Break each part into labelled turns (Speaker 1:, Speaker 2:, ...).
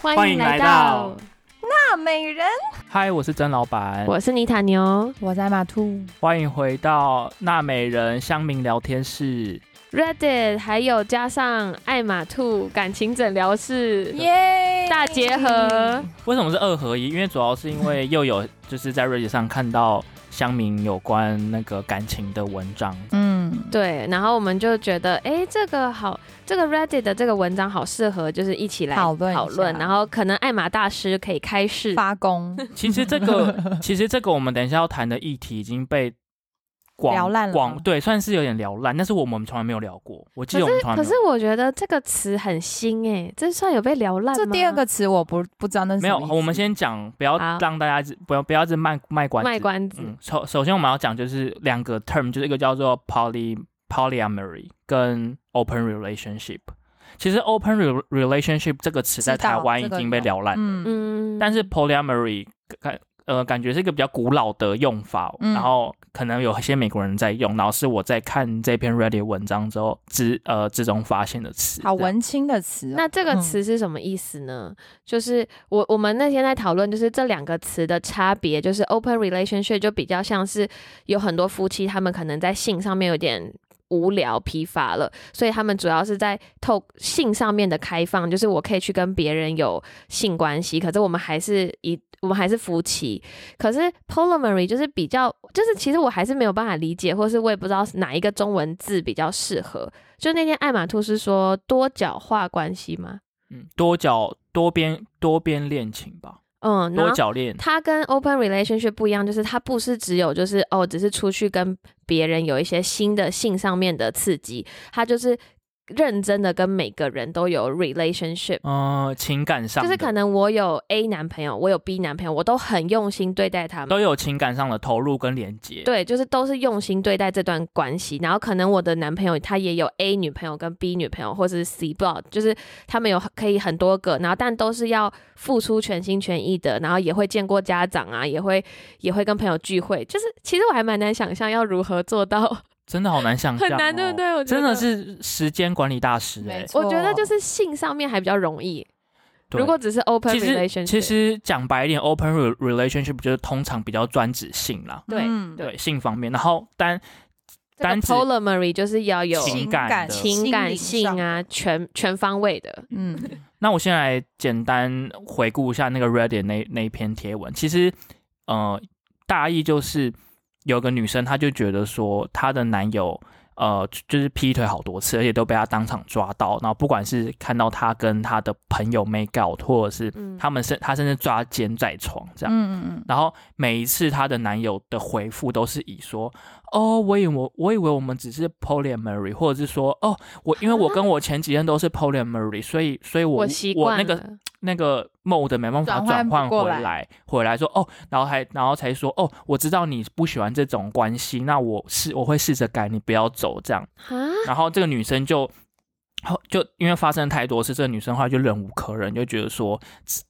Speaker 1: 欢迎来到
Speaker 2: 大美人，
Speaker 1: 嗨，我是曾老板，
Speaker 3: 我是妮塔牛
Speaker 2: 我在马兔。
Speaker 1: 欢迎回到娜美人乡民聊天室。
Speaker 3: ，Reddit，还有加上爱马兔感情诊疗室
Speaker 2: 耶
Speaker 3: 大结合，
Speaker 1: 为什么是二合一？因为主要是因为又 有就是在 Reddit 上看到乡民有关那个感情的文章，
Speaker 2: 嗯，
Speaker 3: 对，然后我们就觉得，哎，这个好，这个 Reddit 的这个文章好适合，就是一起来
Speaker 2: 讨论一下
Speaker 3: 讨论，然后可能艾玛大师可以开示，
Speaker 2: 发功，
Speaker 1: 其实这 个其实这个我们等一下要谈的议题已经被。广
Speaker 2: 聊烂了
Speaker 1: 广
Speaker 2: 吗
Speaker 1: 对，算是有点聊烂，但是我们从来没有聊过。我记得我们从来没
Speaker 3: 可
Speaker 1: 有
Speaker 3: 是我觉得这个词很新哎、这算有被聊烂吗？
Speaker 2: 这第二个词我不不知道那是
Speaker 1: 没
Speaker 2: 什
Speaker 1: 有，
Speaker 2: 么意思
Speaker 1: 我们先讲，不要
Speaker 3: 好
Speaker 1: 让大家一直不要不要一直卖卖关子。
Speaker 3: 卖关子，
Speaker 1: 嗯，首首先我们要讲就是两个 term，就是一个叫做 poly polyamory 跟 open relationship。其实 open re- relationship 这个词在
Speaker 2: 知道
Speaker 1: 台湾已
Speaker 2: 这个
Speaker 1: 经被
Speaker 2: 有
Speaker 1: 聊烂，
Speaker 2: 嗯
Speaker 3: 嗯
Speaker 1: 但是 polyamory 感呃感觉是一个比较古老的用法，哦
Speaker 2: 嗯
Speaker 1: 然后可能有些美国人在用，然后是我在看这篇 Reddit 文章之后之呃之中发现的词。
Speaker 2: 好
Speaker 1: 这样
Speaker 2: 文青的词哦，
Speaker 3: 那这个
Speaker 2: 嗯
Speaker 3: 词是什么意思呢？就是我我们那天在讨论，就是这两个词的差别，就是 open relationship 就比较像是有很多夫妻他们可能在性上面有点。无聊疲乏了，所以他们主要是在透性上面的开放，就是我可以去跟别人有性关系，可是我们还是一我们还是夫妻。可是 polyamory 就是比较，就是其实我还是没有办法理解，或是我也不知道哪一个中文字比较适合。就那天艾玛兔是说多角化关系嘛，
Speaker 1: 嗯，多角多边多边恋情吧，
Speaker 3: 嗯，然
Speaker 2: 啊
Speaker 1: 多
Speaker 3: 后
Speaker 1: 角恋。
Speaker 3: 它跟 open relationship 不一样，就是它不是只有就是哦，只是出去跟别人有一些新的性上面的刺激，它就是认真的跟每个人都有 relationship。
Speaker 1: 嗯、情感上
Speaker 3: 就是
Speaker 1: 的
Speaker 3: 可能我有 A 男朋友，我有 B 男朋友，我都很用心对待他们，
Speaker 1: 都有情感上的投入跟连接。，
Speaker 3: 对，就是都是用心对待这段关系。然后可能我的男朋友他也有 A 女朋友跟 B 女朋友，或者是 C block，就是他们有可以很多个，然后但都是要付出全心全意的，然后也会见过家长啊，也会也会跟朋友聚会。就是其实我还蛮难想象要如何做到，
Speaker 1: 真的好难想象、
Speaker 3: 很
Speaker 1: 哦，
Speaker 3: 难，对不？对？我觉得
Speaker 1: 真的。是时间管理大师哎、
Speaker 2: 没错
Speaker 3: 我觉得就是性上面还比较容易，
Speaker 1: 对
Speaker 3: 如果只是 open
Speaker 1: 其
Speaker 3: relationship，
Speaker 1: 实其实讲白一点，open re- relationship 就是通常比较专指性啦，
Speaker 3: 对
Speaker 2: 嗯
Speaker 1: 对性方面，然后单
Speaker 3: 这个
Speaker 1: 单指
Speaker 3: polyamory 就是要有
Speaker 1: 情感的
Speaker 3: 情感性，啊，全全方位的。
Speaker 2: 嗯
Speaker 1: 那我先来简单回顾一下那个 Reddit 那那一篇贴文。其实，呃，大意就是有个女生，她就觉得说她的男友，呃，就是劈腿好多次，而且都被她当场抓到。然后不管是看到她跟她的朋友 make out，或者是
Speaker 3: 嗯
Speaker 1: 他们甚她甚至抓奸在床这样。
Speaker 2: 嗯嗯
Speaker 1: 然后每一次她的男友的回复都是以说，哦，我以为我以为我们只是 polyamory，或者是说，哦，我因为我跟我前几任都是 polyamory，所以所以我
Speaker 3: 我习惯
Speaker 1: 那
Speaker 3: 了
Speaker 1: 个那个 mode 没办法
Speaker 2: 转换
Speaker 1: 转
Speaker 2: 不
Speaker 1: 换
Speaker 2: 过
Speaker 1: 回
Speaker 2: 来
Speaker 1: 来，回来说哦，然后还然后才说哦，我知道你不喜欢这种关系，那我试我会试着改，你不要走这样。
Speaker 3: 啊，
Speaker 1: 然后这个女生就。后就因为发生太多次，这个女生后来就忍无可忍，就觉得说，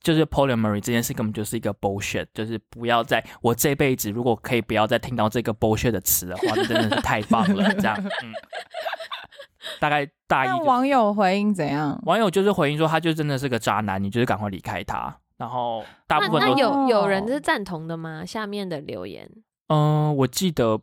Speaker 1: 就是 polyamory 这件事根本就是一个 bullshit，就是不要再我这辈子如果可以不要再听到这个 bullshit 的词的话，那真的是太棒了，这样，嗯，大概大意
Speaker 2: 那
Speaker 1: 就是
Speaker 2: 网友回应怎样？
Speaker 1: 网友就是回应说，他就真的是个渣男，你就是赶快离开他。然后大
Speaker 3: 那
Speaker 1: 部分
Speaker 3: 那
Speaker 1: 都，嗯、
Speaker 3: 有有人
Speaker 2: 哦
Speaker 3: 是赞同的吗？下面的留言，
Speaker 1: 嗯我记得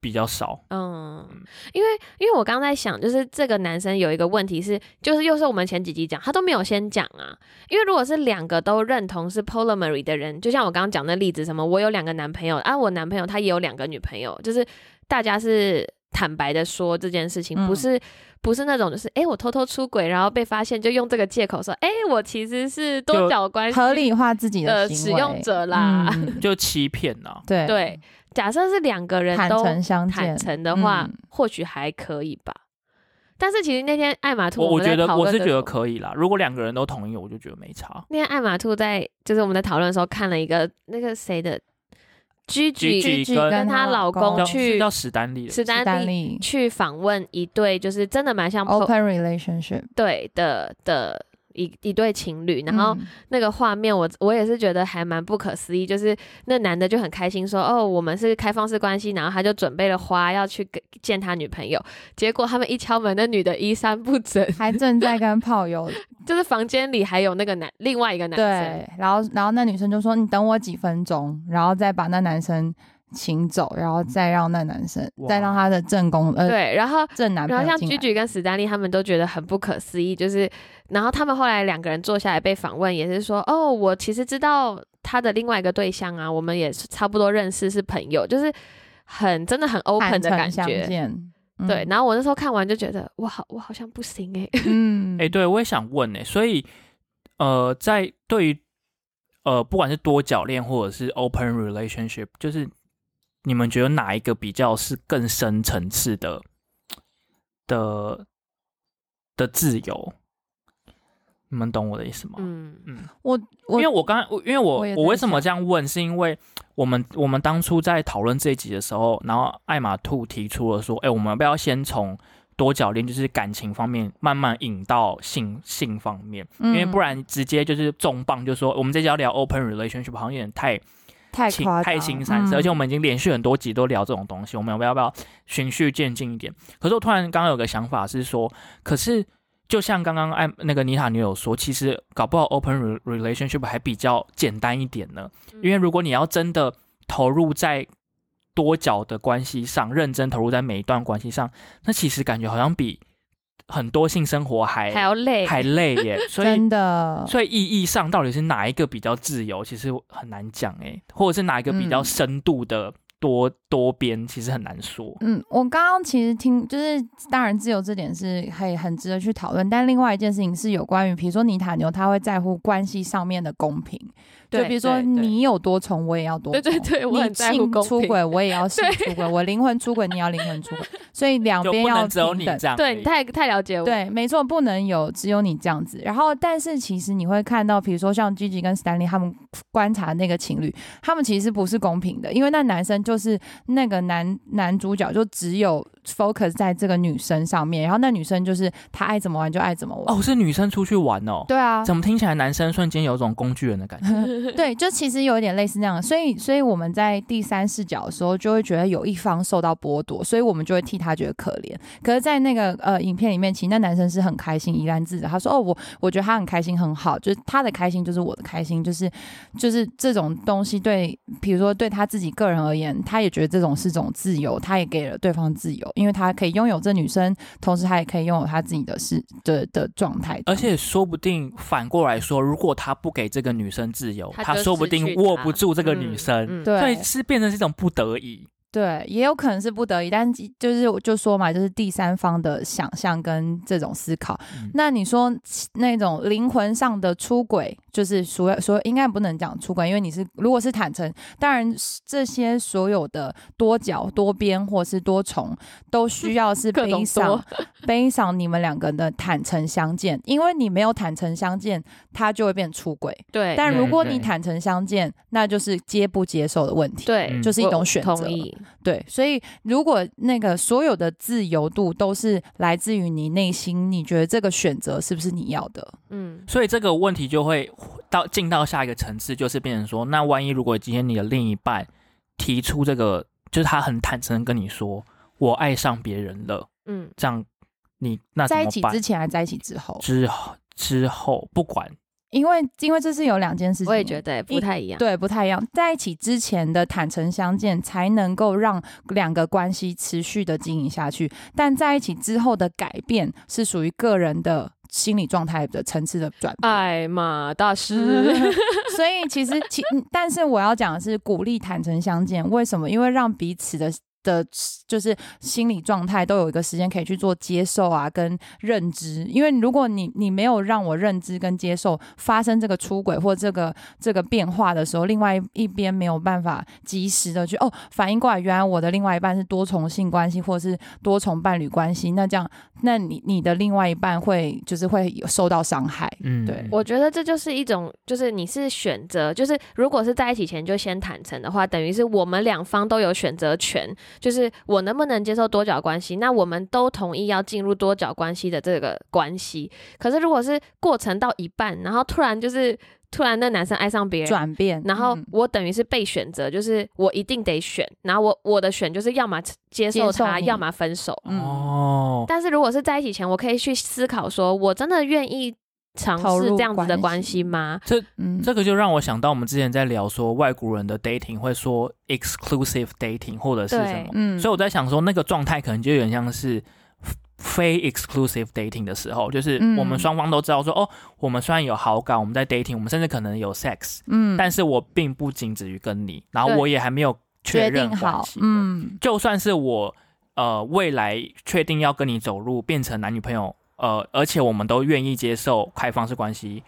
Speaker 1: 比较少，
Speaker 3: 嗯，因为因为我刚在想，就是这个男生有一个问题是，就是又是我们前几集讲，他都没有先讲啊。因为如果是两个都认同是 polyamory 的人，就像我刚刚讲的例子，什么我有两个男朋友啊，我男朋友他也有两个女朋友，就是大家是坦白的说这件事情，
Speaker 2: 嗯
Speaker 3: 不是、不是那种就是哎、诶我偷偷出轨，然后被发现就用这个借口说哎、诶我其实是多
Speaker 1: 就
Speaker 3: 角关系
Speaker 2: 合理化自己
Speaker 3: 的
Speaker 2: 的
Speaker 3: 使
Speaker 2: 行为
Speaker 3: 用者啦。
Speaker 2: 嗯嗯
Speaker 1: 就欺骗呐、
Speaker 2: 对
Speaker 3: 对，假设是两个人
Speaker 2: 坦
Speaker 3: 都
Speaker 2: 诚相
Speaker 3: 坦
Speaker 2: 见，
Speaker 3: 诚的话，
Speaker 2: 嗯
Speaker 3: 或许还可以吧。但是其实那天艾玛兔
Speaker 1: 我我
Speaker 3: 们在
Speaker 1: 觉得
Speaker 3: 讨
Speaker 1: 我
Speaker 3: 论
Speaker 1: 是
Speaker 3: 的
Speaker 1: 觉
Speaker 3: 时
Speaker 1: 得
Speaker 3: 候
Speaker 1: 可以啦，如果两个人都同意，我就觉得没差。
Speaker 3: 那天艾玛兔在就是我们在讨论的时候看了一个那个谁的 Gigi
Speaker 1: Gigi
Speaker 2: 居
Speaker 1: 跟
Speaker 3: 跟她老
Speaker 2: 哦
Speaker 3: 公
Speaker 1: 叫
Speaker 3: 去
Speaker 1: 是叫史丹利的，
Speaker 3: 史
Speaker 2: 史
Speaker 3: 丹
Speaker 2: 丹
Speaker 3: 利
Speaker 2: 利
Speaker 3: 去访问一对就是真的蛮像 po-
Speaker 2: open relationship，
Speaker 3: 对的的一一对情侣，然后
Speaker 2: 嗯
Speaker 3: 那个画面我，我也是觉得还蛮不可思议。就是那男的就很开心说：“哦，我们是开放式关系。”然后他就准备了花要去给 见他女朋友，结果他们一敲门，那女的衣衫不整，
Speaker 2: 还正在跟炮友
Speaker 3: 就是房间里还有那个男另外一 个男生，
Speaker 2: 对，然后然后那女生就说：“你等我几分钟，然后再把那男生请走，然后再让那男生
Speaker 1: 哇
Speaker 2: 再让他的正宫呃
Speaker 3: 对，然后
Speaker 2: 正男朋
Speaker 3: 然后
Speaker 2: 友
Speaker 3: 像
Speaker 2: 进
Speaker 3: 居
Speaker 2: 来。
Speaker 3: 居跟史丹利他们都觉得很不可思议，就是，然后他们后来两个人坐下来被访问，也是说，哦，我其实知道他的另外一个对象啊，我们也是差不多认识，是朋友，就是很真的很 open
Speaker 2: 坦
Speaker 3: 的感
Speaker 2: 诚相
Speaker 3: 觉。
Speaker 2: 见，嗯
Speaker 3: 对，，然后我那时候看完就觉得，我好，我好像不行哎、
Speaker 2: 嗯，
Speaker 1: 哎、对，我也想问哎、所以呃，在对于呃，不管是多角恋或者是 open relationship，就是你们觉得哪一个比较是更深层次的的的自由？你们懂我的意
Speaker 2: 哦
Speaker 1: 思吗？
Speaker 3: 嗯
Speaker 2: 我我
Speaker 1: 因为我刚我因为我
Speaker 2: 我也
Speaker 1: 我为
Speaker 2: 在
Speaker 1: 什么这样问，是因为我们我们当初在讨论这一集的时候，然后艾玛兔提出了说，哎、我们要不要先从多角恋，就是感情方面，慢慢引到性性方面，因为
Speaker 2: 嗯
Speaker 1: 不然直接就是重磅，就说我们这集要聊 open relationship，好像有点太
Speaker 2: 嗯太
Speaker 1: 情
Speaker 2: 夸
Speaker 1: 太
Speaker 2: 张
Speaker 1: 新三色，
Speaker 2: 嗯
Speaker 1: 而且我们已经连续很多集都聊这种东西，我们要不要不要循序渐进一点？可是我突然刚刚有个想法是说，可是就像刚刚艾那个妮塔女友说，其实搞不好 open re- relationship 还比较简单一点呢，
Speaker 2: 嗯
Speaker 1: 因为如果你要真的投入在多角的关系上，认真投入在每一段关系上，那其实感觉好像比很多性生活还
Speaker 3: 还要累，
Speaker 1: 还累耶，所以
Speaker 2: 真
Speaker 3: 嗯
Speaker 2: 的
Speaker 1: 所以意义上到底是哪一个比较自由，其实很难讲哎、或者是哪一个比较深度的多、多边，其实很难说。
Speaker 2: 嗯，我刚刚其实听，就是当然自由这点是可以很值得去讨论，但另外一件事情是有关于，比如说尼塔牛他会在乎关系上面的公平，就
Speaker 3: 对
Speaker 2: 比如说
Speaker 1: 对对
Speaker 2: 你有多重，我也要多
Speaker 3: 对
Speaker 2: 重，
Speaker 3: 对对，我很
Speaker 2: 你
Speaker 3: 在乎
Speaker 2: 性
Speaker 3: 公
Speaker 2: 出
Speaker 3: 平，
Speaker 2: 轨，我也要性
Speaker 3: 对
Speaker 2: 出轨，我灵魂出轨，你要灵魂出轨，所以
Speaker 3: 嗯
Speaker 2: 两
Speaker 1: 就
Speaker 2: 边
Speaker 1: 不
Speaker 2: 要
Speaker 1: 能只有
Speaker 2: 平
Speaker 1: 你
Speaker 2: 等
Speaker 1: 这。样而
Speaker 3: 对
Speaker 1: 已，
Speaker 3: 你太太了解我，
Speaker 2: 对，没错，不能有只有你这样子。然后，但是其实你会看到，比如说像 Gigi 跟 Stanley 他们观察那个情侣，他们其实不是公平的，因为那男生就是那个男男主角就只有 focus 在这个女生上面，然后那女生就是她爱怎么玩就爱怎么玩。
Speaker 1: 哦，是女生出去玩哦，
Speaker 2: 对啊，
Speaker 1: 怎么听起来男生瞬间有种工具人的感 觉？
Speaker 2: 对，就其实有一点类似那样，所以所以我们在第三视角的时候，就会觉得有一方受到剥夺，所以我们就会替他觉得可怜。可是，在那个呃影片里面，其实那男生是很开心，怡然自得。他说：“哦，我我觉得他很开心，很好，就是他的开心就是我的开心，就是就是这种东西对，比如说对他自己个人而言，他也觉得这种是种自由，他也给了对方自由，因为他可以拥有这女生，同时他也可以拥有他自己的事的的状态。
Speaker 1: 而且说不定反过来说，如果他不给这个女生自由，
Speaker 3: 他
Speaker 1: 他
Speaker 3: 就
Speaker 1: 说不
Speaker 3: 失去
Speaker 1: 定握
Speaker 3: 她
Speaker 1: 不住这个女
Speaker 3: 嗯
Speaker 1: 生，
Speaker 3: 嗯
Speaker 2: 对，
Speaker 1: 所以是变成是一种不得已。
Speaker 2: 对，也有可能是不得已，但即就是我就说嘛，就是第三方的想象跟这种思考。
Speaker 1: 嗯
Speaker 2: 那你说那种灵魂上的出轨，就是所有所有应该不能讲出轨，因为你是如果是坦诚，当然这些所有的多角、多边或是多重，都需要 是
Speaker 3: 各种
Speaker 2: 悲伤
Speaker 3: 多，
Speaker 2: 悲伤你们两个人的坦诚相见，因为你没有坦诚相见，它就会变出轨。
Speaker 3: 哎对，
Speaker 2: 但如果
Speaker 1: 对
Speaker 2: 你
Speaker 1: 对
Speaker 2: 坦诚相见，那就是接不接受的问题。
Speaker 1: 嗯
Speaker 3: 对，
Speaker 2: 就是一
Speaker 3: 我
Speaker 2: 种选择
Speaker 3: 同意，
Speaker 2: 对，所以如果那个所有的自由度都是来自于你内心，你觉得这个选择是不是你要的？
Speaker 3: 嗯，
Speaker 1: 所以这个问题就会到进到下一个层次，就是变成说，那万一如果今天你的另一半提出这个，就是他很坦诚地跟你说我爱上别人了，
Speaker 3: 嗯，
Speaker 1: 这样你那怎
Speaker 2: 在一
Speaker 1: 么
Speaker 2: 起
Speaker 1: 办
Speaker 2: 之？前还在一起之后，
Speaker 1: 之后之后不管
Speaker 2: 因为因为这是有两件事情，
Speaker 3: 我也觉得欸不
Speaker 2: 一
Speaker 3: 太一样，
Speaker 2: 对不太一样。在一起之前的坦诚相见，才能够让两个关系持续的经营下去，但在一起之后的改变是属于个人的心理状态的层次的转变。
Speaker 3: 艾玛哎大 师，
Speaker 2: 所以其实其，嗯但是我要讲的是鼓励坦诚相见。为什么？因为让彼此的的，就是心理状态都有一个时间可以去做接受啊，跟认知。因为如果你你没有让我认知跟接受发生这个出轨或这个这个变化的时候，另外一边没有办法及时的去哦反应过来，原来我的另外一半是多重性关系或是多重伴侣关系，那这样，那你你的另外一半会就是会有受到伤害。
Speaker 1: 嗯，
Speaker 2: 对
Speaker 3: 我觉得这就是一种，就是你是选择，就是如果是在一起前就先坦诚的话，等于是我们两方都有选择权，就是我能不能接受多角关系，那我们都同意要进入多角关系的这个关系。可是如果是过程到一半，然后突然就是突然那男生爱上别人。
Speaker 2: 转变，
Speaker 3: 然后
Speaker 2: 嗯
Speaker 3: 我等于是被选择，就是我一定得选。然后我我的选就是要么接受
Speaker 2: 接受
Speaker 3: 他，
Speaker 2: 你
Speaker 3: 要么分手。
Speaker 2: 嗯
Speaker 1: 哦，
Speaker 3: 但是如果是在一起前，我可以去思考说，我真的愿意尝
Speaker 2: 投
Speaker 3: 试
Speaker 2: 入
Speaker 3: 这样子的
Speaker 2: 关
Speaker 3: 关
Speaker 2: 系
Speaker 3: 系吗？
Speaker 2: 嗯，
Speaker 1: 这个就让我想到我们之前在聊说外国人的 dating 会说 exclusive dating 或者是什么，
Speaker 2: 嗯
Speaker 1: 所以我在想说那个状态可能就有点像是非 exclusive dating 的时候，就是
Speaker 2: 嗯
Speaker 1: 我们双方都知道说、哦，我们虽然有好感，我们在 dating，我们甚至可能有 sex，、
Speaker 2: 嗯
Speaker 1: 但是我并不仅止于跟你，然后
Speaker 3: 对
Speaker 1: 我也还没有确
Speaker 2: 决
Speaker 1: 认
Speaker 2: 定好
Speaker 1: 关系，
Speaker 2: 嗯
Speaker 1: 就算是我呃未来确定要跟你走入变成男女朋友，呃，而且我们都愿意接受开放式关系，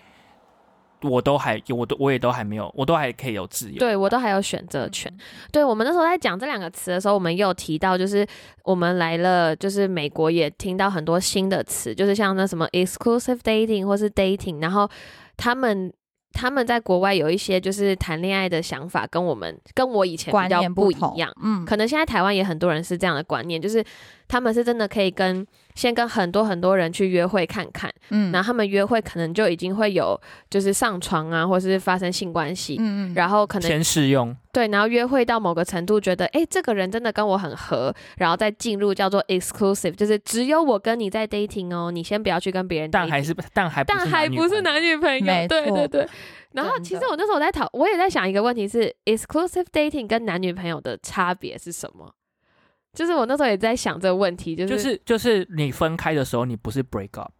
Speaker 1: 我都还我都我也都还没有，我都还可以有自由。
Speaker 3: 对我都还有选择
Speaker 2: 嗯
Speaker 3: 权。对我们那时候在讲这两个词的时候，我们也有提到，就是我们来了，就是美国也听到很多新的词，就是像那什么 exclusive dating 或是 dating，然后他们。他们在国外有一些就是谈恋爱的想法，跟我们跟我以前比
Speaker 2: 观
Speaker 3: 较
Speaker 2: 念
Speaker 3: 不一
Speaker 2: 同
Speaker 3: 样。，
Speaker 2: 嗯，
Speaker 3: 可能现在台湾也很多人是这样的观念，就是他们是真的可以跟先跟很多很多人去约会看看，
Speaker 2: 嗯
Speaker 3: 然后他们约会可能就已经会有就是上床啊，或是发生性关系，
Speaker 2: 嗯嗯，
Speaker 3: 然后可能
Speaker 1: 先试用，
Speaker 3: 对，然后约会到某个程度，觉得诶这个人真的跟我很合，然后再进入叫做 exclusive，就是只有我跟你在 dating 哦，你先不要去跟别人 dating，
Speaker 1: 但还是但还不
Speaker 3: 但还不是
Speaker 1: 男女朋友
Speaker 3: 男女朋友，对
Speaker 2: 没错
Speaker 3: 对对。然后
Speaker 2: 真的
Speaker 3: 其实我那时候我在讨，我也在想一个问题是 exclusive dating 跟男女朋友的差别是什么？就是我那时候也在想这个问题，就是、
Speaker 1: 就是就是你分开的时候，你不是 break up，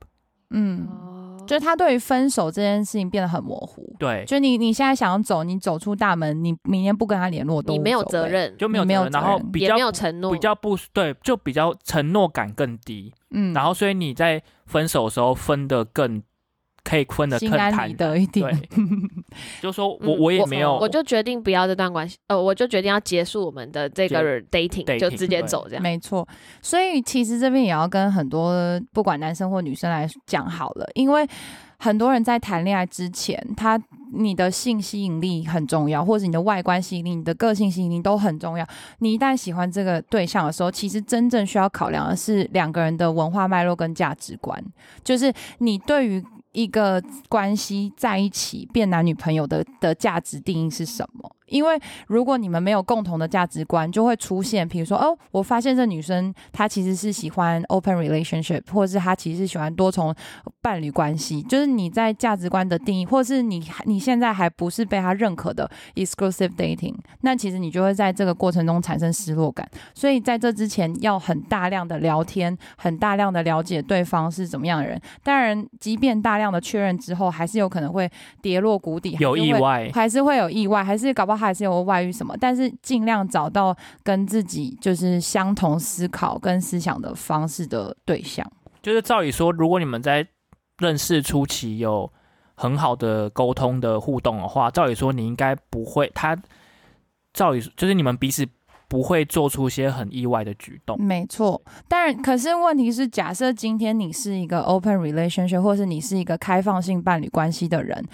Speaker 2: 嗯，
Speaker 3: 哦，
Speaker 2: 就是他对于分手这件事情变得很模糊。
Speaker 1: 对，
Speaker 2: 就你你现在想要走，你走出大门，你明天不跟他联络都
Speaker 3: 你没有
Speaker 2: 无所
Speaker 3: 责
Speaker 2: 谓，
Speaker 3: 任，
Speaker 1: 就没有
Speaker 2: 没有
Speaker 1: 责任
Speaker 2: 责
Speaker 1: 然后
Speaker 2: 任
Speaker 1: 比
Speaker 3: 也
Speaker 1: 较
Speaker 3: 没有承诺，
Speaker 1: 比较不对，就比较承诺感更低，
Speaker 2: 嗯，
Speaker 1: 然
Speaker 2: 后
Speaker 1: 后所以你在分手的时候分的更可以分的更
Speaker 2: 心
Speaker 1: 坦
Speaker 2: 安理
Speaker 1: 然，
Speaker 2: 得一点，
Speaker 1: 对，就说
Speaker 3: 嗯
Speaker 1: 我我也没有，
Speaker 3: 我就决定不要这段关系，呃，我就决定要结束我们的这个 dating，
Speaker 1: dating，
Speaker 3: 就直接
Speaker 1: 对
Speaker 3: 走这样。
Speaker 2: 没错，所以其实这边也要跟很多不管男生或女生来讲好了，因为很多人在谈恋爱之前，他你的性吸引力很重要，或者你的外观吸引力、你的个性吸引力都很重要。你一旦喜欢这个对象的时候，其实真正需要考量的是两个人的文化脉络跟价值观，就是你对于。一个关系在一起变男女朋友的的价值定义是什么？因为如果你们没有共同的价值观，就会出现，比如说，哦，我发现这女生她其实是喜欢 open relationship，或者是她其实是喜欢多重伴侣关系。就是你在价值观的定义，或是你你现在还不是被她认可的 exclusive dating，那其实你就会在这个过程中产生失落感。所以在这之前，要很大量的聊天，很大量的了解对方是怎么样的人。当然，即便大量的确认之后，还是有可能会跌落谷底，
Speaker 1: 有
Speaker 2: 还是
Speaker 1: 意
Speaker 2: 会
Speaker 1: 外，
Speaker 2: 还是会有意外，还是搞不好还是有外遇什么，但是尽量找到跟自己就是相同思考跟思想的方式的对象。
Speaker 1: 就是照理说，如果你们在认识初期有很好的沟通的互动的话，照理说你应该不会，他照理就是你们彼此不会做出一些很意外的举动。
Speaker 2: 没错，当然，可是问题是，假设今天你是一个 open relationship，或是你是一个开放性伴侣关系的人，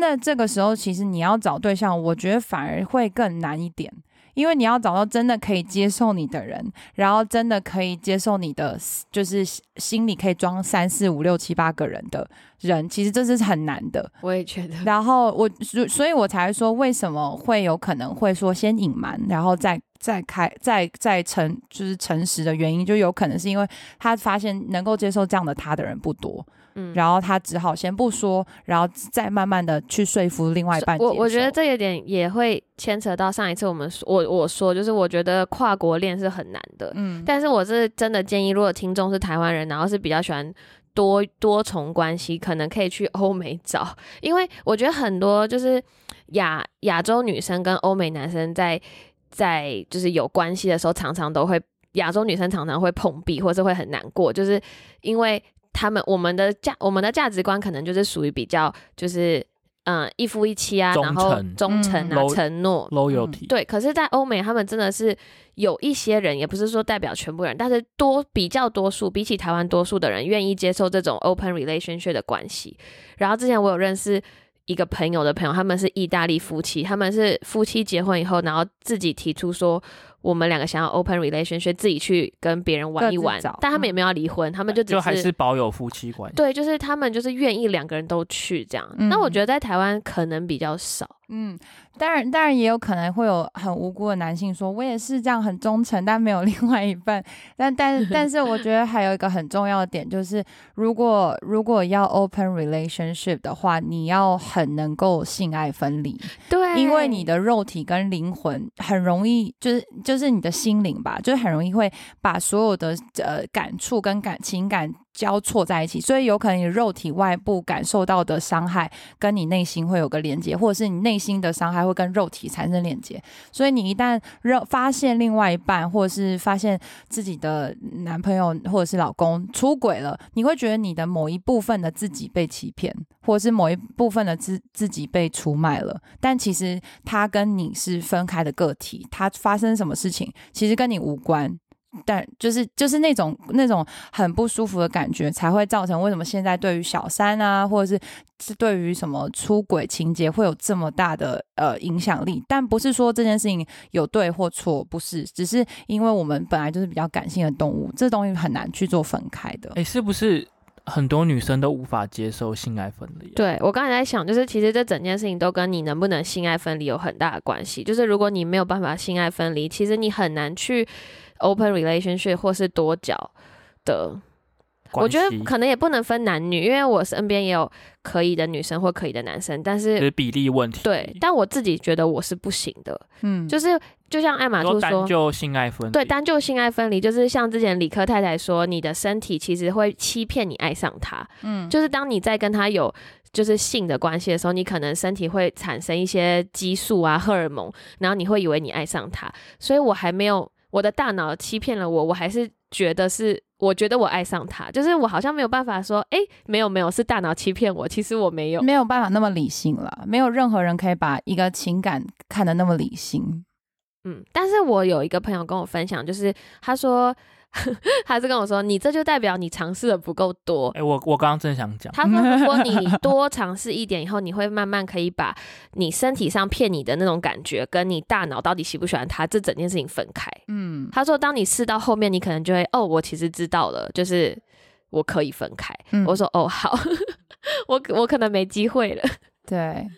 Speaker 2: 那这个时候其实你要找对象，我觉得反而会更难一点。因为你要找到真的可以接受你的人，然后真的可以接受你的，就是心里可以装三四五六七八个人的人，其实这是很难的。
Speaker 3: 我也觉得，
Speaker 2: 然后我，所所以我才说为什么会有可能会说先隐瞒，然后再再开再再诚就是诚实的原因，就有可能是因为他发现能够接受这样的他的人不多，
Speaker 3: 嗯，
Speaker 2: 然后他只好先不说，然后再慢慢的去说服另外一半接受。
Speaker 3: 我我觉得这有点也会牵扯到上一次我们说我我说，就是我觉得跨国恋是很难的。
Speaker 2: 嗯，
Speaker 3: 但是我是真的建议，如果听众是台湾人，然后是比较喜欢多多重关系，可能可以去欧美找，因为我觉得很多就是亚亚洲女生跟欧美男生在在就是有关系的时候，常常都会亚洲女生常常会碰壁，或是会很难过，就是因为他们我们的价我们的价值观可能就是属于比较就是嗯、呃一夫一妻啊，
Speaker 1: 忠
Speaker 3: 然后
Speaker 1: 诚
Speaker 3: 忠诚啊、
Speaker 1: 嗯
Speaker 3: 承诺
Speaker 1: loyalty，、
Speaker 3: 嗯对，可是，在欧美，他们真的是有一些人，也不是说代表全部人，但是多比较多数，比起台湾多数的人，愿意接受这种 open relationship 的关系。然后之前我有认识一个朋友的朋友，他们是意大利夫妻，他们是夫妻结婚以后，然后自己提出说，我们两个想要 open relationship，自己去跟别人玩一玩
Speaker 2: 各自找，嗯
Speaker 3: 但他们也没有要离婚，他们就只
Speaker 1: 就还是保有夫妻关系。
Speaker 3: 对，就是他们就是愿意两个人都去这样。那我
Speaker 2: 嗯
Speaker 3: 觉得在台湾可能比较少，
Speaker 2: 嗯，当然，当然也有可能会有很无辜的男性说，我也是这样很忠诚，但没有另外一半。但但是但是，我觉得还有一个很重要的点就是，如果如果要 open relationship 的话，你要很能够性爱分离，
Speaker 3: 对
Speaker 2: 因为你的肉体跟灵魂很容易，就是就是你的心灵吧，就是很容易会把所有的呃感触跟感情感交错在一起，所以有可能你肉体外部感受到的伤害，跟你内心会有个连接，或者是你内心的伤害会跟肉体产生连接。所以你一旦认发现另外一半，或者是发现自己的男朋友或者是老公出轨了，你会觉得你的某一部分的自己被欺骗，或者是某一部分的自自己被出卖了。但其实他跟你是分开的个体，他发生什么事情其实跟你无关。但就是就是那种那种很不舒服的感觉，才会造成为什么现在对于小三啊，或者是是对于什么出轨情节会有这么大的呃影响力，但不是说这件事情有对或错，不是，只是因为我们本来就是比较感性的动物，这东西很难去做分开的。
Speaker 1: 哎、是不是很多女生都无法接受性爱分离、啊？
Speaker 3: 对我刚才在想，就是其实这整件事情都跟你能不能性爱分离有很大的关系。就是如果你没有办法性爱分离，其实你很难去 open relationship 或是多角的。我
Speaker 1: 关
Speaker 3: 觉得
Speaker 1: 系
Speaker 3: 可能也不能分男女，因为我身边也有可以的女生或可以的男生，但
Speaker 1: 就是是比例问题。
Speaker 3: 对，但我自己觉得我是不行的。
Speaker 2: 嗯，
Speaker 3: 就是就像艾玛
Speaker 1: 说
Speaker 3: 兔
Speaker 1: 单
Speaker 3: 说。
Speaker 1: 就性爱分离，
Speaker 3: 对，单就性爱分离，就是像之前理科太太说，你的身体其实会欺骗你爱上他。
Speaker 2: 嗯
Speaker 3: 就是当你在跟他有就是性的关系的时候，你可能身体会产生一些激素啊、荷尔蒙，然后你会以为你爱上他。所以我还没有，我的大脑欺骗了我，我还是觉得是，我觉得我爱上他，就是我好像没有办法说，哎、没有没有，是大脑欺骗我，其实我没有。
Speaker 2: 没有办法那么理性了，没有任何人可以把一个情感看得那么理性。
Speaker 3: 嗯，但是我有一个朋友跟我分享，就是他说， 他是跟我说，你这就代表你尝试的不够多。
Speaker 1: 哎、我我刚刚正想讲，
Speaker 3: 他说，如果你多尝试一点以后，你会慢慢可以把你身体上骗你的那种感觉，跟你大脑到底喜不喜欢他这整件事情分开。
Speaker 2: 嗯
Speaker 3: 他说，当你试到后面，你可能就会哦，我其实知道了，就是我可以分开。
Speaker 2: 嗯
Speaker 3: 我说哦，好， 我我可能没机会了。
Speaker 2: 对，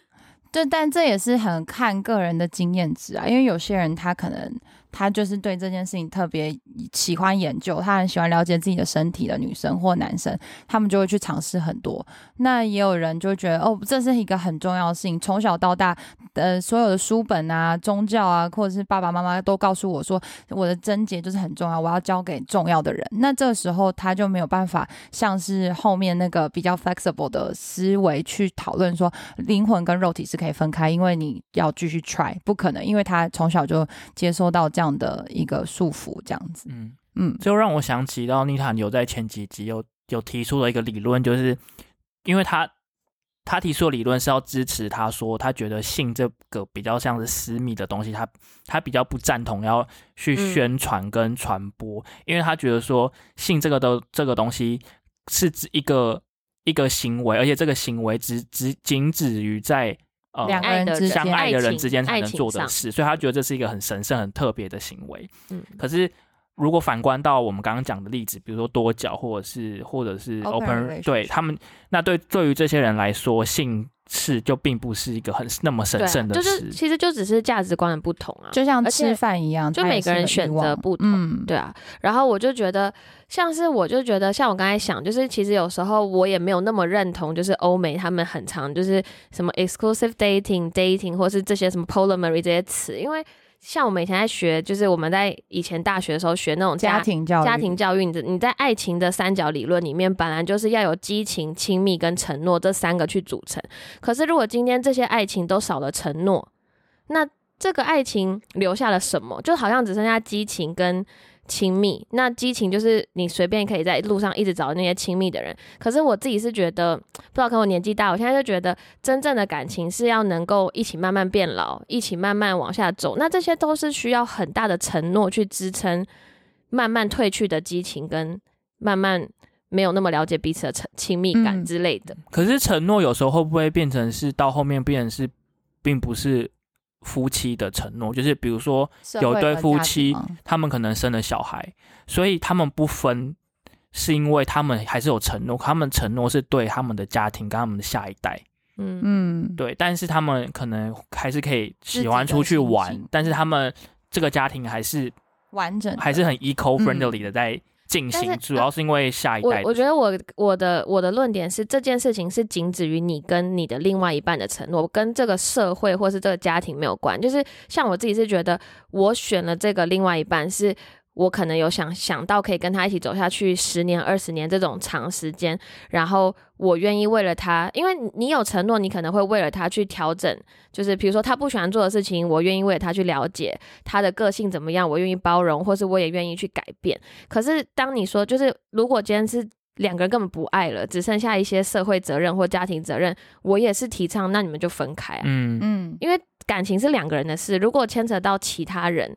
Speaker 2: 就但这也是很看个人的经验值啊，因为有些人他可能他就是对这件事情特别喜欢研究，他很喜欢了解自己的身体的女生或男生，他们就会去尝试很多。那也有人就觉得哦，这是一个很重要的事情，从小到大，呃，所有的书本啊、宗教啊，或者是爸爸妈妈都告诉我说，我的贞洁就是很重要，我要交给重要的人。那这时候他就没有办法像是后面那个比较 flexible 的思维去讨论说，灵魂跟肉体是可以分开，因为你要继续 try，不可能，因为他从小就接收到这样的一个束缚，这样子，
Speaker 1: 嗯，
Speaker 2: 嗯
Speaker 3: 哦
Speaker 1: 就让我想起到妮塔有在前几集有有提出了一个理论，就是因为他他提出的理论是要支持他说他觉得性这个比较像是私密的东西，他他比较不赞同要去
Speaker 3: 嗯
Speaker 1: 宣传跟传播，因为他觉得说性这个都这个东西是指一个一个行为，而且这个行为只只仅止于在呃
Speaker 2: 两个
Speaker 3: 爱
Speaker 2: 人
Speaker 3: 的
Speaker 2: 之
Speaker 3: 人
Speaker 2: 间
Speaker 1: 相爱的人之间才
Speaker 3: 爱
Speaker 1: 能
Speaker 3: 情
Speaker 1: 做的
Speaker 3: 上
Speaker 1: 事，所以他觉得这是一个很神圣、很特别的行为。
Speaker 3: 嗯，
Speaker 1: 可是如果反观到我们刚刚讲的例子，比如说多角或者是或者是
Speaker 2: Open
Speaker 1: open，
Speaker 2: relationship
Speaker 1: 对他们，那对对于这些人来说，性是就并不是一个很那么神
Speaker 3: 对啊、
Speaker 1: 圣的
Speaker 3: 就
Speaker 1: 事。
Speaker 3: 是其实就只是价值观的不同啊。
Speaker 2: 就像
Speaker 3: 而且
Speaker 2: 吃饭一样，
Speaker 3: 就
Speaker 2: 它也
Speaker 3: 每个
Speaker 2: 是
Speaker 3: 人
Speaker 2: 个
Speaker 3: 选
Speaker 2: 欲望
Speaker 3: 择不同
Speaker 2: 嗯，
Speaker 3: 对啊，然后我就觉得，像是我就觉得，像我刚才想，就是其实有时候我也没有那么认同，就是欧美他们很常就是什么 exclusive dating、dating 或是这些什么 polyamory 这些词，因为像我们以前在学，就是我们在以前大学的时候学那种
Speaker 2: 家
Speaker 3: 家
Speaker 2: 庭教育，
Speaker 3: 家庭教育，你的你在爱情的三角理论里面，本来就是要有激情、亲密跟承诺这三个去组成。可是如果今天这些爱情都少了承诺，那这个爱情留下了什么？就好像只剩下激情跟亲密。那激情就是你随便可以在路上一直找那些亲密的人。可是我自己是觉得，不知道可能我年纪大，我现在就觉得真正的感情是要能够一起慢慢变老，一起慢慢往下走。那这些都是需要很大的承诺去支撑，慢慢褪去的激情跟慢慢没有那么了解彼此的亲亲密感
Speaker 2: 嗯
Speaker 3: 之类的。
Speaker 1: 可是承诺有时候会不会变成是到后面变成是，并不是夫妻的承诺，就是比如说
Speaker 2: 社
Speaker 1: 有
Speaker 2: 会
Speaker 1: 对
Speaker 2: 和
Speaker 1: 夫
Speaker 2: 价值
Speaker 1: 妻
Speaker 2: 观
Speaker 1: 他们可能生了小孩，所以他们不分，是因为他们还是有承诺，他们承诺是对他们的家庭跟他们的下一代，
Speaker 3: 嗯，
Speaker 2: 嗯，
Speaker 1: 对，但是他们可能还是可以
Speaker 2: 己
Speaker 1: 喜欢
Speaker 2: 的
Speaker 1: 出去
Speaker 2: 心情
Speaker 1: 玩，但是他们这个家庭还是
Speaker 2: 完整的
Speaker 1: 还是很 eco
Speaker 2: 嗯
Speaker 1: friendly 的在进
Speaker 3: 但
Speaker 1: 行，
Speaker 3: 是啊
Speaker 1: 主要是因为下一
Speaker 3: 我
Speaker 1: 代
Speaker 3: 我觉得我我的我的论点是，这件事情是仅止于你跟你的另外一半的承诺，跟这个社会或是这个家庭没有关。就是像我自己是觉得，我选了这个另外一半是。我可能有想想到可以跟他一起走下去十年、二十年这种长时间，然后我愿意为了他，因为你有承诺，你可能会为了他去调整，就是比如说他不喜欢做的事情，我愿意为了他去了解他的个性怎么样，我愿意包容，或是我也愿意去改变。可是当你说，就是如果今天是两个人根本不爱了，只剩下一些社会责任或家庭责任，我也是提倡，那你们就分开啊，
Speaker 1: 嗯
Speaker 2: 嗯，
Speaker 3: 因为感情是两个人的事，如果牵扯到其他人，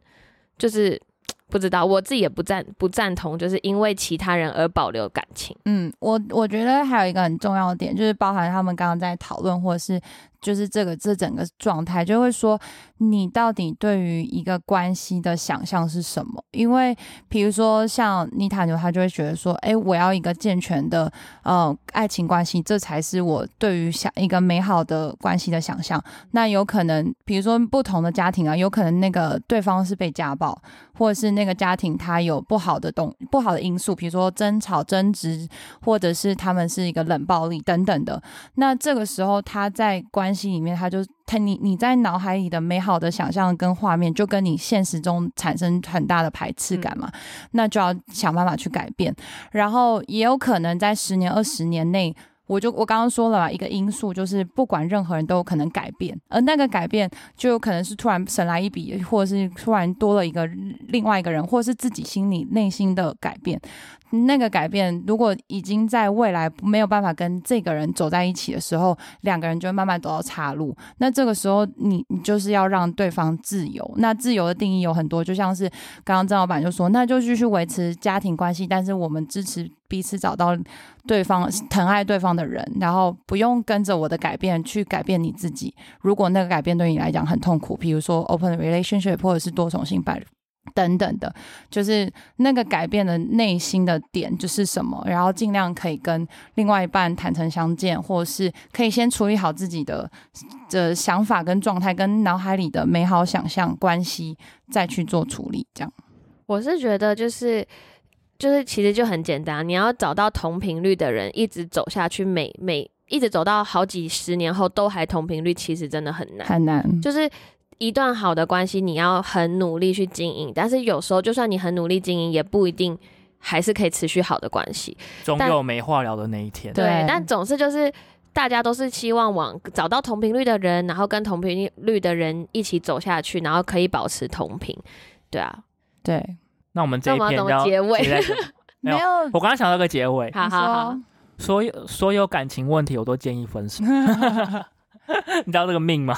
Speaker 3: 就是不知道，我自己也不赞不赞同，就是因为其他人而保留感情。
Speaker 2: 嗯，我我觉得还有一个很重要的点，就是包含他们刚刚在讨论，或者是就是这个这整个状态，就会说你到底对于一个关系的想象是什么？因为比如说像妮塔牛，他就会觉得说，哎，我要一个健全的呃爱情关系，这才是我对于想一个美好的关系的想象。那有可能，比如说不同的家庭啊，有可能那个对方是被家暴，或者是那个家庭他有不好的东不好的因素，比如说争吵、争执，或者是他们是一个冷暴力等等的。那这个时候他在关系里面，他就他你你在脑海里的美好的想象跟画面，就跟你现实中产生很大的排斥感嘛，那就要想办法去改变。然后也有可能在十年、二十年内。我就我刚刚说了嘛，一个因素就是不管任何人都有可能改变，而那个改变就有可能是突然神来一笔，或者是突然多了一个另外一个人，或者是自己心里内心的改变。那个改变，如果已经在未来没有办法跟这个人走在一起的时候，两个人就会慢慢走到岔路。那这个时候你，你就是要让对方自由。那自由的定义有很多，就像是刚刚郑老板就说，那就继续维持家庭关系，但是我们支持彼此找到对方疼爱对方的人，然后不用跟着我的改变去改变你自己。如果那个改变对你来讲很痛苦，比如说 open relationship 或者是多重性伴侣等等的，就是那个改变的内心的点就是什么，然后尽量可以跟另外一半坦诚相见，或是可以先处理好自己的的想法跟状态，跟脑海里的美好想象关系，再去做处理。这样，
Speaker 3: 我是觉得就是就是其实就很简单，啊你要找到同频率的人，一直走下去，每每一直走到好几十年后都还同频率，其实真的很难。
Speaker 2: 很难。
Speaker 3: 就是一段好的关系，你要很努力去经营，但是有时候就算你很努力经营，也不一定还是可以持续好的关系。
Speaker 1: 总
Speaker 3: 但
Speaker 1: 有没话聊的那一天。
Speaker 2: 对
Speaker 3: 但总是就是。大家都是希望往找到同频率的人，然后跟同频率的人一起走下去，然后可以保持同频，对啊。
Speaker 2: 对，
Speaker 1: 那我们这
Speaker 3: 那
Speaker 1: 一
Speaker 3: 我们
Speaker 1: 篇
Speaker 3: 要怎
Speaker 1: 要
Speaker 3: 么结尾？
Speaker 1: 在这没有
Speaker 2: 有
Speaker 1: 我刚刚想到一个结尾，
Speaker 3: 好好好，
Speaker 1: 所有所有感情问题我都建议分手。 你知道这个命吗？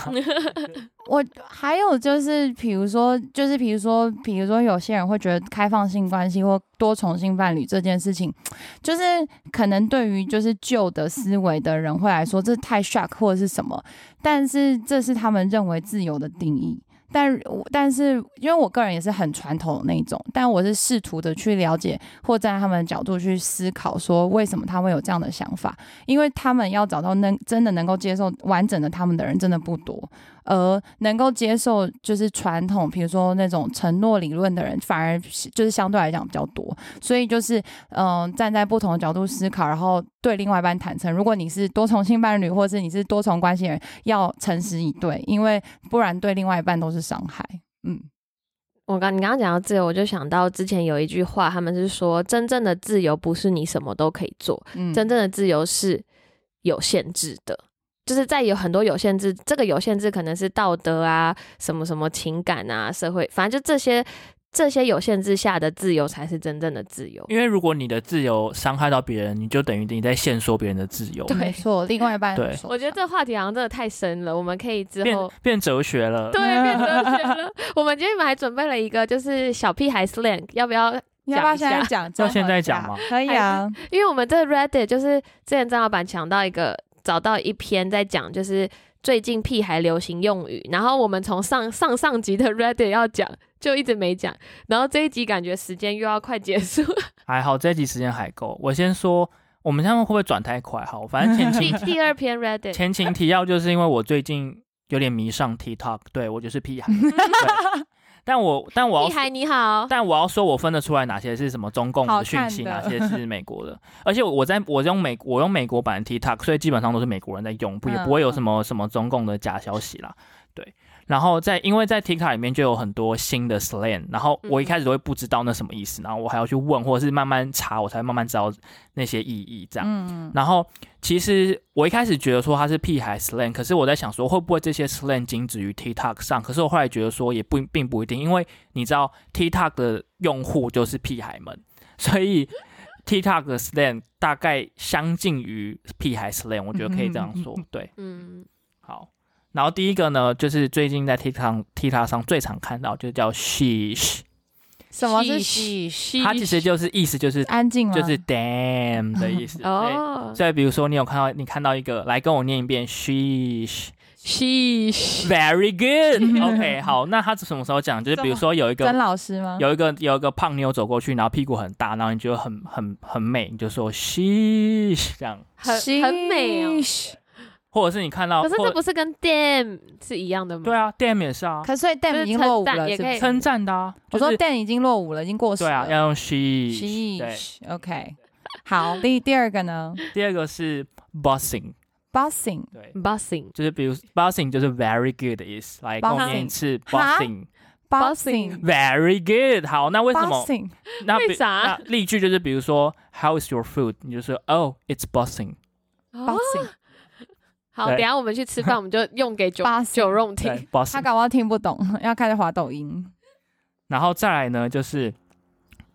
Speaker 2: 我还有就是，比如说，就是比如说，比如说，有些人会觉得开放性关系或多重性伴侣这件事情，就是可能对于就是旧的思维的人会来说，这太 shock 或者是什么，但是这是他们认为自由的定义。但我但是，因为我个人也是很传统的那一种，但我是试图的去了解或站在他们的角度去思考，说为什么他们有这样的想法，因为他们要找到能真的能够接受完整的他们的人真的不多，而能够接受就是传统，比如说那种承诺理论的人，反而是就是相对来讲比较多。所以就是嗯、呃站在不同的角度思考，然后对另外一半坦诚。如果你是多重性伴侣，或是你是多重关系的人，要诚实以对，因为不然对另外一半都是伤害。嗯，
Speaker 3: 我刚你刚刚讲到自由，我就想到之前有一句话，他们是说，真正的自由不是你什么都可以做，
Speaker 2: 嗯
Speaker 3: 真正的自由是有限制的，就是在有很多有限制，这个有限制可能是道德啊、什么什么情感啊、社会，反正就这些这些有限制下的自由才是真正的自由。
Speaker 1: 因为如果你的自由伤害到别人，你就等于你在限缩别人的自由，
Speaker 3: 对
Speaker 2: 没错，另外一 半
Speaker 1: 对
Speaker 2: 受
Speaker 3: 我觉得这话题好像真的太深了，我们可以之
Speaker 1: 变
Speaker 3: 后。
Speaker 1: 变哲学了。
Speaker 3: 对，变哲学了。我们今天还准备了一个，就是小屁孩 slang，要不要
Speaker 2: 你要不
Speaker 3: 讲
Speaker 2: 要
Speaker 3: 一
Speaker 2: 现在
Speaker 3: 下
Speaker 2: 讲？
Speaker 1: 要
Speaker 2: 综合
Speaker 1: 现在
Speaker 2: 一下
Speaker 1: 讲吗？
Speaker 2: 可以啊，
Speaker 3: 因为我们这 Reddit 就是之前张老板抢到一个找到一篇在讲，就是最近屁孩流行用语，然后我们从上上上集的 Reddit 要讲，就一直没讲，然后这一集感觉时间又要快结束 了。
Speaker 1: 还好这一集时间还够。我先说，我们现在会不会转太快？好，反正前
Speaker 3: 第
Speaker 1: 情
Speaker 3: 第二篇 Reddit，
Speaker 1: 前情提要就是因为我最近有点迷上 TikTok，对我就是屁孩。 对但我但 我要
Speaker 3: 屁孩你好，
Speaker 1: 但我要说，我分得出来哪些是什么中共
Speaker 2: 好
Speaker 1: 的
Speaker 2: 看
Speaker 1: 讯
Speaker 2: 的
Speaker 1: 息，哪些是美国的。 而且我在我用美我用美国版的 TikTok，所以基本上都是美国人在用，不也
Speaker 2: 嗯
Speaker 1: 不会有什么什么中共的假消息啦。对，然后在因为在 TikTok 里面就有很多新的 slang，然后我一开始都会不知道那什么意思，然后我还要去问或者是慢慢查，我才慢慢知道那些意义这样。
Speaker 2: 嗯，
Speaker 1: 然后其实我一开始觉得说它是屁孩 slang，可是我在想说会不会这些 slang 仅止于 TikTok 上？可是我后来觉得说也不并不一定，因为你知道 TikTok 的用户就是屁孩们，所以 TikTok 的 slang 大概相近于屁孩 slang，我觉得可以这样说。对，
Speaker 3: 嗯，
Speaker 1: 好。然后第一个呢，就是最近在 TikTok TikTok 上最常看到，就叫 sheesh，
Speaker 2: 什么是
Speaker 3: 嘘嘘
Speaker 1: 它其实就是意思就是
Speaker 2: 安静吗？
Speaker 1: 就是 damn 的意思。所以
Speaker 3: 啊哦，
Speaker 1: 所以，比如说，你有看到你看到一个，来跟我念一遍，sheesh，
Speaker 3: 嘘
Speaker 1: very good 。OK，好，那他什么时候讲？就是比如说有一
Speaker 2: 曾
Speaker 1: 个
Speaker 2: 老师吗？
Speaker 1: 有一个有一个胖妞走过去，然后屁股很大，然后你觉得很很很美，你就说 sheesh 这样，
Speaker 3: 很很美哦。
Speaker 2: Sheesh
Speaker 1: 或者是你看到，
Speaker 3: 可是
Speaker 1: 或
Speaker 3: 这不是跟 damn 是一样的吗？
Speaker 1: 对啊，damn 也是啊，
Speaker 2: 可是所以 Dan
Speaker 3: 哦是
Speaker 2: 已经落伍
Speaker 3: 称赞
Speaker 2: 了，
Speaker 3: 也
Speaker 2: 是不
Speaker 3: 可以
Speaker 2: 是？
Speaker 1: 称赞的啊。就
Speaker 2: 我说
Speaker 1: 是
Speaker 2: Dan 已经落伍了，已经过时
Speaker 1: 对啊，
Speaker 2: 了。
Speaker 1: 要用 sheesh。对，
Speaker 2: Sheesh，OK，好。第第二个呢
Speaker 1: 第二个是 bossing，
Speaker 2: ，Bossing，
Speaker 1: 对。
Speaker 3: ，bussing
Speaker 1: 就是比如 bossing 就是 very good 的意思，来跟我念一次
Speaker 2: Bossing
Speaker 1: bossing
Speaker 2: Bossing，
Speaker 1: very good。好，那为什么
Speaker 2: Bossing，
Speaker 1: 那
Speaker 3: 为
Speaker 1: 比
Speaker 3: 啥
Speaker 2: 啊
Speaker 1: 那例句就是比如说 How is your food？你就说 Oh, it's buzzing。
Speaker 3: 哦
Speaker 2: Bossing，
Speaker 3: 好，
Speaker 1: 对
Speaker 3: 等一下我们去吃饭，我们就用给九
Speaker 2: Bussing
Speaker 3: 九用听。
Speaker 1: 对
Speaker 2: 他
Speaker 1: ，buzzing。
Speaker 2: 搞不好听不懂，要开始滑抖音。
Speaker 1: 然后再来呢，就是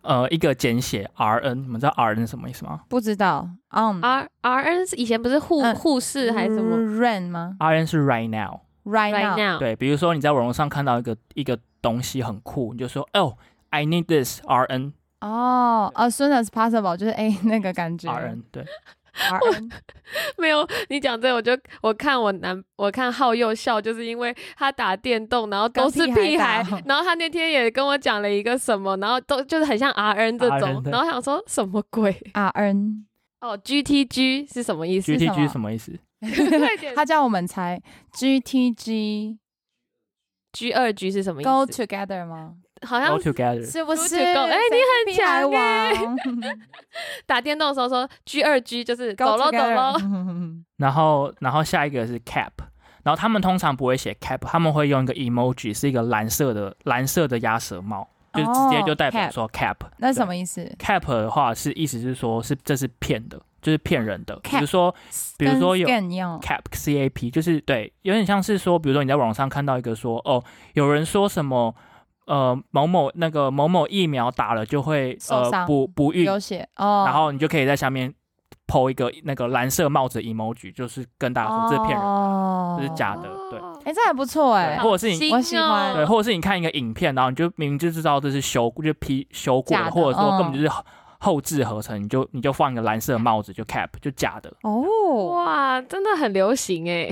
Speaker 1: 呃一个简写 RN，你们知道 RN 是什么意思吗
Speaker 2: 不知道
Speaker 1: 嗯
Speaker 2: ，on Um，
Speaker 3: R R N 是以前不是护
Speaker 2: 嗯
Speaker 3: 护士啊还是什么
Speaker 2: ？Rain 吗
Speaker 1: ？RN 是 right now。
Speaker 2: ？Right
Speaker 3: ？Right
Speaker 2: now，
Speaker 3: now，
Speaker 1: 对，比如说你在网络上看到一个一个东西很酷，你就说 Oh, I need this RN
Speaker 2: 哦，as soon as possible，就是哎 那个感觉。
Speaker 1: RN。对，
Speaker 2: RN，
Speaker 3: 没有你讲这，我就我看我男，我看浩佑笑，就是因为他打电动，然后都是
Speaker 2: 跟屁
Speaker 3: 屁
Speaker 2: 孩
Speaker 3: 孩
Speaker 2: 打，
Speaker 3: 然后他那天也跟我讲了一个什么，然后都就是很像 R N 这
Speaker 1: RN
Speaker 3: 种，
Speaker 1: 对
Speaker 3: 然后想说什么鬼？
Speaker 2: 啊 RN，
Speaker 3: 哦，G T G 是什么意思？
Speaker 2: 什么
Speaker 1: GTG 什么意思？
Speaker 3: 快点
Speaker 2: 他叫我们猜 GTG
Speaker 3: G 二 G 是什么意
Speaker 2: Go
Speaker 3: 思？
Speaker 2: Together 吗？
Speaker 3: 好像
Speaker 1: All together。
Speaker 2: 是不
Speaker 3: Go
Speaker 2: 是？
Speaker 3: to go，哎
Speaker 2: 你哎
Speaker 3: 你很强
Speaker 2: 王
Speaker 3: 打电动的时候说 G 二 G 就是
Speaker 2: ，Go
Speaker 3: 走喽走喽
Speaker 2: Together，
Speaker 1: 然后然后下一个是 cap。然后他们通常不会写 cap，他们会用一个 emoji，是一个蓝色的蓝色的鸭舌帽， 就直接
Speaker 2: 哦
Speaker 1: 就代表
Speaker 2: ，cap
Speaker 1: 说 cap。
Speaker 2: 那什么意思？
Speaker 1: cap 的话是意思是说是这是骗的，就是骗人的。
Speaker 2: Cap
Speaker 1: 比如说比如说有
Speaker 2: 跟 scan 一样哦
Speaker 1: cap c a p 就是对，有点像是说，比如说你在网上看到一个说哦，有人说什么呃某某那个某某疫苗打了就会
Speaker 2: 受伤
Speaker 1: 呃不不孕，
Speaker 2: 有写哦，
Speaker 1: 然后你就可以在下面抛一个那个蓝色帽子 emoji，就是跟大家说这是骗人的，
Speaker 2: 哦
Speaker 1: 这是假的，对。
Speaker 3: 哦
Speaker 2: 哎，这还不错哎
Speaker 1: 对，或者是你
Speaker 3: 新
Speaker 2: 我喜欢
Speaker 3: 哦
Speaker 1: 对，或者是你看一个影片，然后你就明明就知道这是修，就 P 修过
Speaker 2: 假的
Speaker 1: 的，或者说
Speaker 2: 嗯
Speaker 1: 根本就是后后置合成，你就你就放一个蓝色的帽子，就 cap 就假的。
Speaker 2: 哦。
Speaker 3: 哇，真的很流行哎、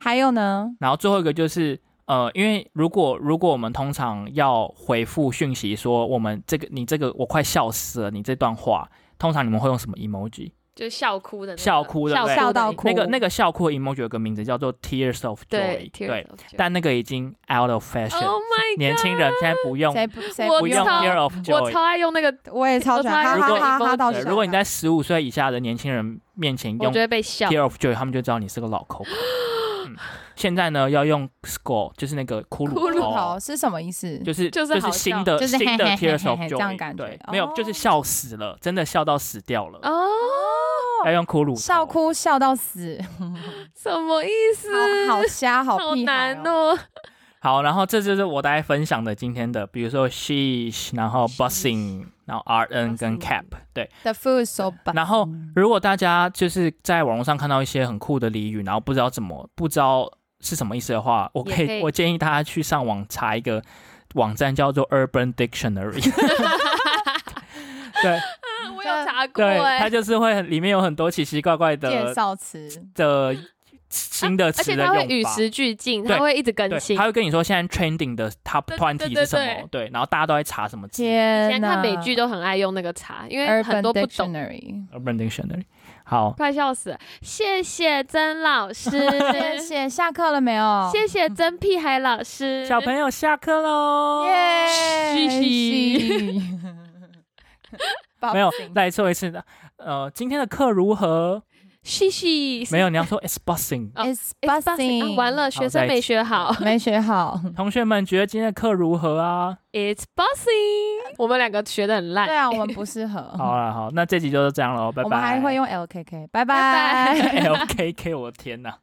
Speaker 2: 还有呢，
Speaker 1: 然后最后一个就是呃，因为如果如果我们通常要回复讯息说我们这个你这个我快笑死了，你这段话，通常你们会用什么 emoji？
Speaker 3: 就笑哭的、那个
Speaker 1: 笑哭对不对
Speaker 2: 笑到
Speaker 3: 的
Speaker 2: 哭
Speaker 1: 那个那个笑哭的 emoji 有个名字叫做 tears of joy，
Speaker 3: 对
Speaker 1: 对
Speaker 3: tears of joy
Speaker 1: 但那个已经 out of fashion，、
Speaker 3: Oh my，
Speaker 1: 年轻人现在不用
Speaker 2: 谁不谁
Speaker 3: 我
Speaker 1: 不用
Speaker 3: 操
Speaker 1: tears of joy，
Speaker 3: 我超爱用那个，
Speaker 2: 我也超喜欢，
Speaker 3: 我
Speaker 2: 哈
Speaker 3: 超爱
Speaker 2: 哈哈
Speaker 3: 如果
Speaker 2: 哈到
Speaker 1: 对
Speaker 2: 爽。
Speaker 1: 如果你在十五岁以下的年轻人面前
Speaker 3: 我
Speaker 1: 用
Speaker 3: 觉得被笑
Speaker 1: Tear of Joy，他们就知道你是个老 Coco。嗯现在呢，要用 Score，就是那个骷
Speaker 2: 骷
Speaker 1: 髅
Speaker 2: 髅头是什么意思？
Speaker 1: 哦就是
Speaker 3: 就是好
Speaker 1: 是新的
Speaker 2: 就是嘿
Speaker 1: 新的
Speaker 2: 嘿嘿
Speaker 1: Tears of
Speaker 2: 嘿嘿
Speaker 1: Joy，
Speaker 2: 这样感觉
Speaker 1: 对
Speaker 2: 哦，
Speaker 1: 没有就是笑死了，真的笑到死掉了，
Speaker 3: 哦，
Speaker 1: 要用骷髅头
Speaker 2: 笑。哭笑 到死，
Speaker 3: 什么意思？
Speaker 2: 好好瞎，好
Speaker 3: 好
Speaker 2: 屁孩
Speaker 3: 难
Speaker 2: 哦。
Speaker 3: 哦，
Speaker 1: 好，然后这就是我大概分享的今天的，比如说 Sheesh，然后 Bussing，然后 RN 跟
Speaker 3: Bussing
Speaker 1: Cap，对。
Speaker 2: The food is so bad。
Speaker 1: 然后如果大家就是在网络上看到一些很酷的俚语，然后不知道怎么不知道是什么意思的话，我可
Speaker 3: 也
Speaker 1: 以
Speaker 3: 可以
Speaker 1: 我建议大家去上网查一个网站叫做 Urban Dictionary。对
Speaker 3: 哦 我有查过
Speaker 1: 对，
Speaker 3: 哎、
Speaker 1: 它就是会很里面有很多奇奇怪怪
Speaker 2: 介
Speaker 1: 的
Speaker 2: 绍词，
Speaker 1: 的新的
Speaker 3: 啊而
Speaker 1: 词
Speaker 3: 且
Speaker 1: 的
Speaker 3: 它会
Speaker 1: 用
Speaker 3: 与
Speaker 1: 法。
Speaker 3: 时俱进，
Speaker 1: 对
Speaker 3: 它会一直更
Speaker 1: 对，
Speaker 3: 新
Speaker 1: 他。会跟你说现在 trending 的 top
Speaker 3: 对对
Speaker 1: twenty
Speaker 3: 对
Speaker 1: 是什
Speaker 3: 对
Speaker 1: 么，对，然后大家都在查什么词
Speaker 2: 天
Speaker 3: 现在
Speaker 2: 呐
Speaker 3: 看美剧都很爱用那个查，因为很
Speaker 2: Urban
Speaker 3: 多不懂，
Speaker 2: Dictionary，
Speaker 1: ，Urban 呃 Dictionary。好，
Speaker 3: 快笑死了！谢谢曾 老师，
Speaker 2: 谢谢。下课了没有？
Speaker 3: 谢谢曾屁孩老师，
Speaker 1: 小朋友下课喽。
Speaker 2: 耶！
Speaker 3: 嘻嘻
Speaker 2: 嘻
Speaker 1: 没有
Speaker 2: Boxing
Speaker 1: 再说一次的，呃，今天的课 如何？
Speaker 3: 谢谢。
Speaker 1: 没有，你要说 it's bossing。
Speaker 3: 哦
Speaker 2: It's
Speaker 3: It's busing，啊
Speaker 2: busing，
Speaker 3: 完了，学生没学好。
Speaker 2: 没学 好。
Speaker 1: 同学们觉得今天的课如何啊？
Speaker 3: It's busing，我们两个学的很烂。
Speaker 2: 对啊，我们不适
Speaker 3: 嗯
Speaker 2: 合。
Speaker 1: 好了， 好，那这集就是这样喽，拜拜。
Speaker 2: 我们还会用 LKK，
Speaker 3: 拜
Speaker 2: 拜拜。
Speaker 1: LKK，我的天哪！